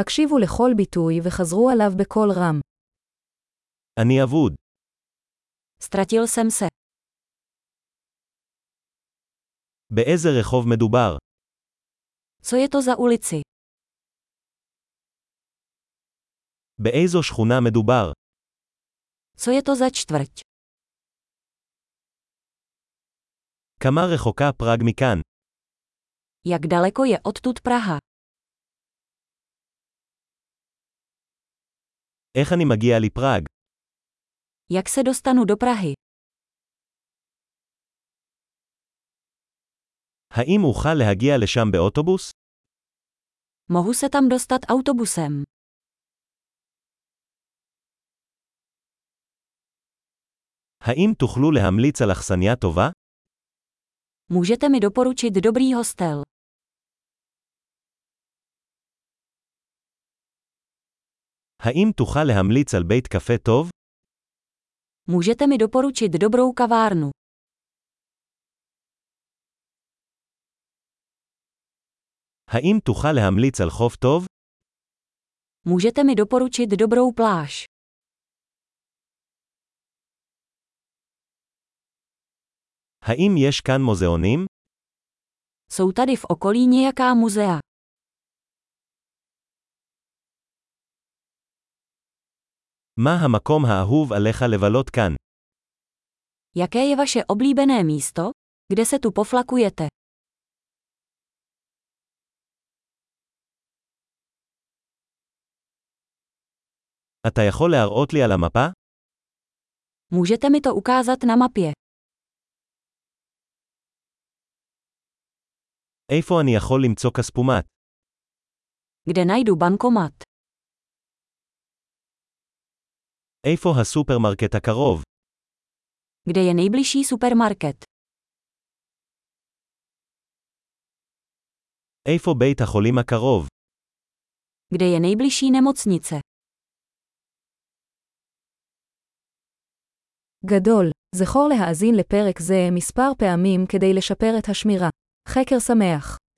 הקשיבו לכל ביטוי וחזרו עליו בקול רם. אני אבוד. Ztratil jsem se. באיזה רחוב מדובר? Co je to za ulici? באיזו שכונה מדובר? Co je to za čtvrť? כמה רחוקה פראג מכאן? Jak daleko je odtud Praha? איך אני מגיע לפראג? Jak se dostanu do Prahy? האם אוכל להגיע לשם באוטובוס? Mohu se tam dostat autobusem. האם תוכלו להמליץ על אכסניה טובה? Můžete mi doporučit dobrý hostel. האם תוכל להמליץ על בית קפה טוב? Můžete mi doporučit dobrou kavárnu. האם תוכל להמליץ על חוף טוב? Můžete mi doporučit dobrou pláž. האם יש כאן מוזיאונים? Jsou tady v okolí nějaká muzea. מה המקום האהוב עליך לבלות כאן? Jaké je vaše oblíbené místo, kde se tu poflakujete? אתה יכול להראות לי על המפה? Můžete mi to ukázat na mapě. איפה אני יכול למצוא כספומט? Kde najdu bankomat? איפה הסופרמרקט הקרוב? Kde je nejbližší supermarket? איפה בית החולים הקרוב? Kde je nejbližší nemocnice? גדול, זכור להאזין לפרק זה מספר פעמים כדי לשפר את השמירה. חקר שמח.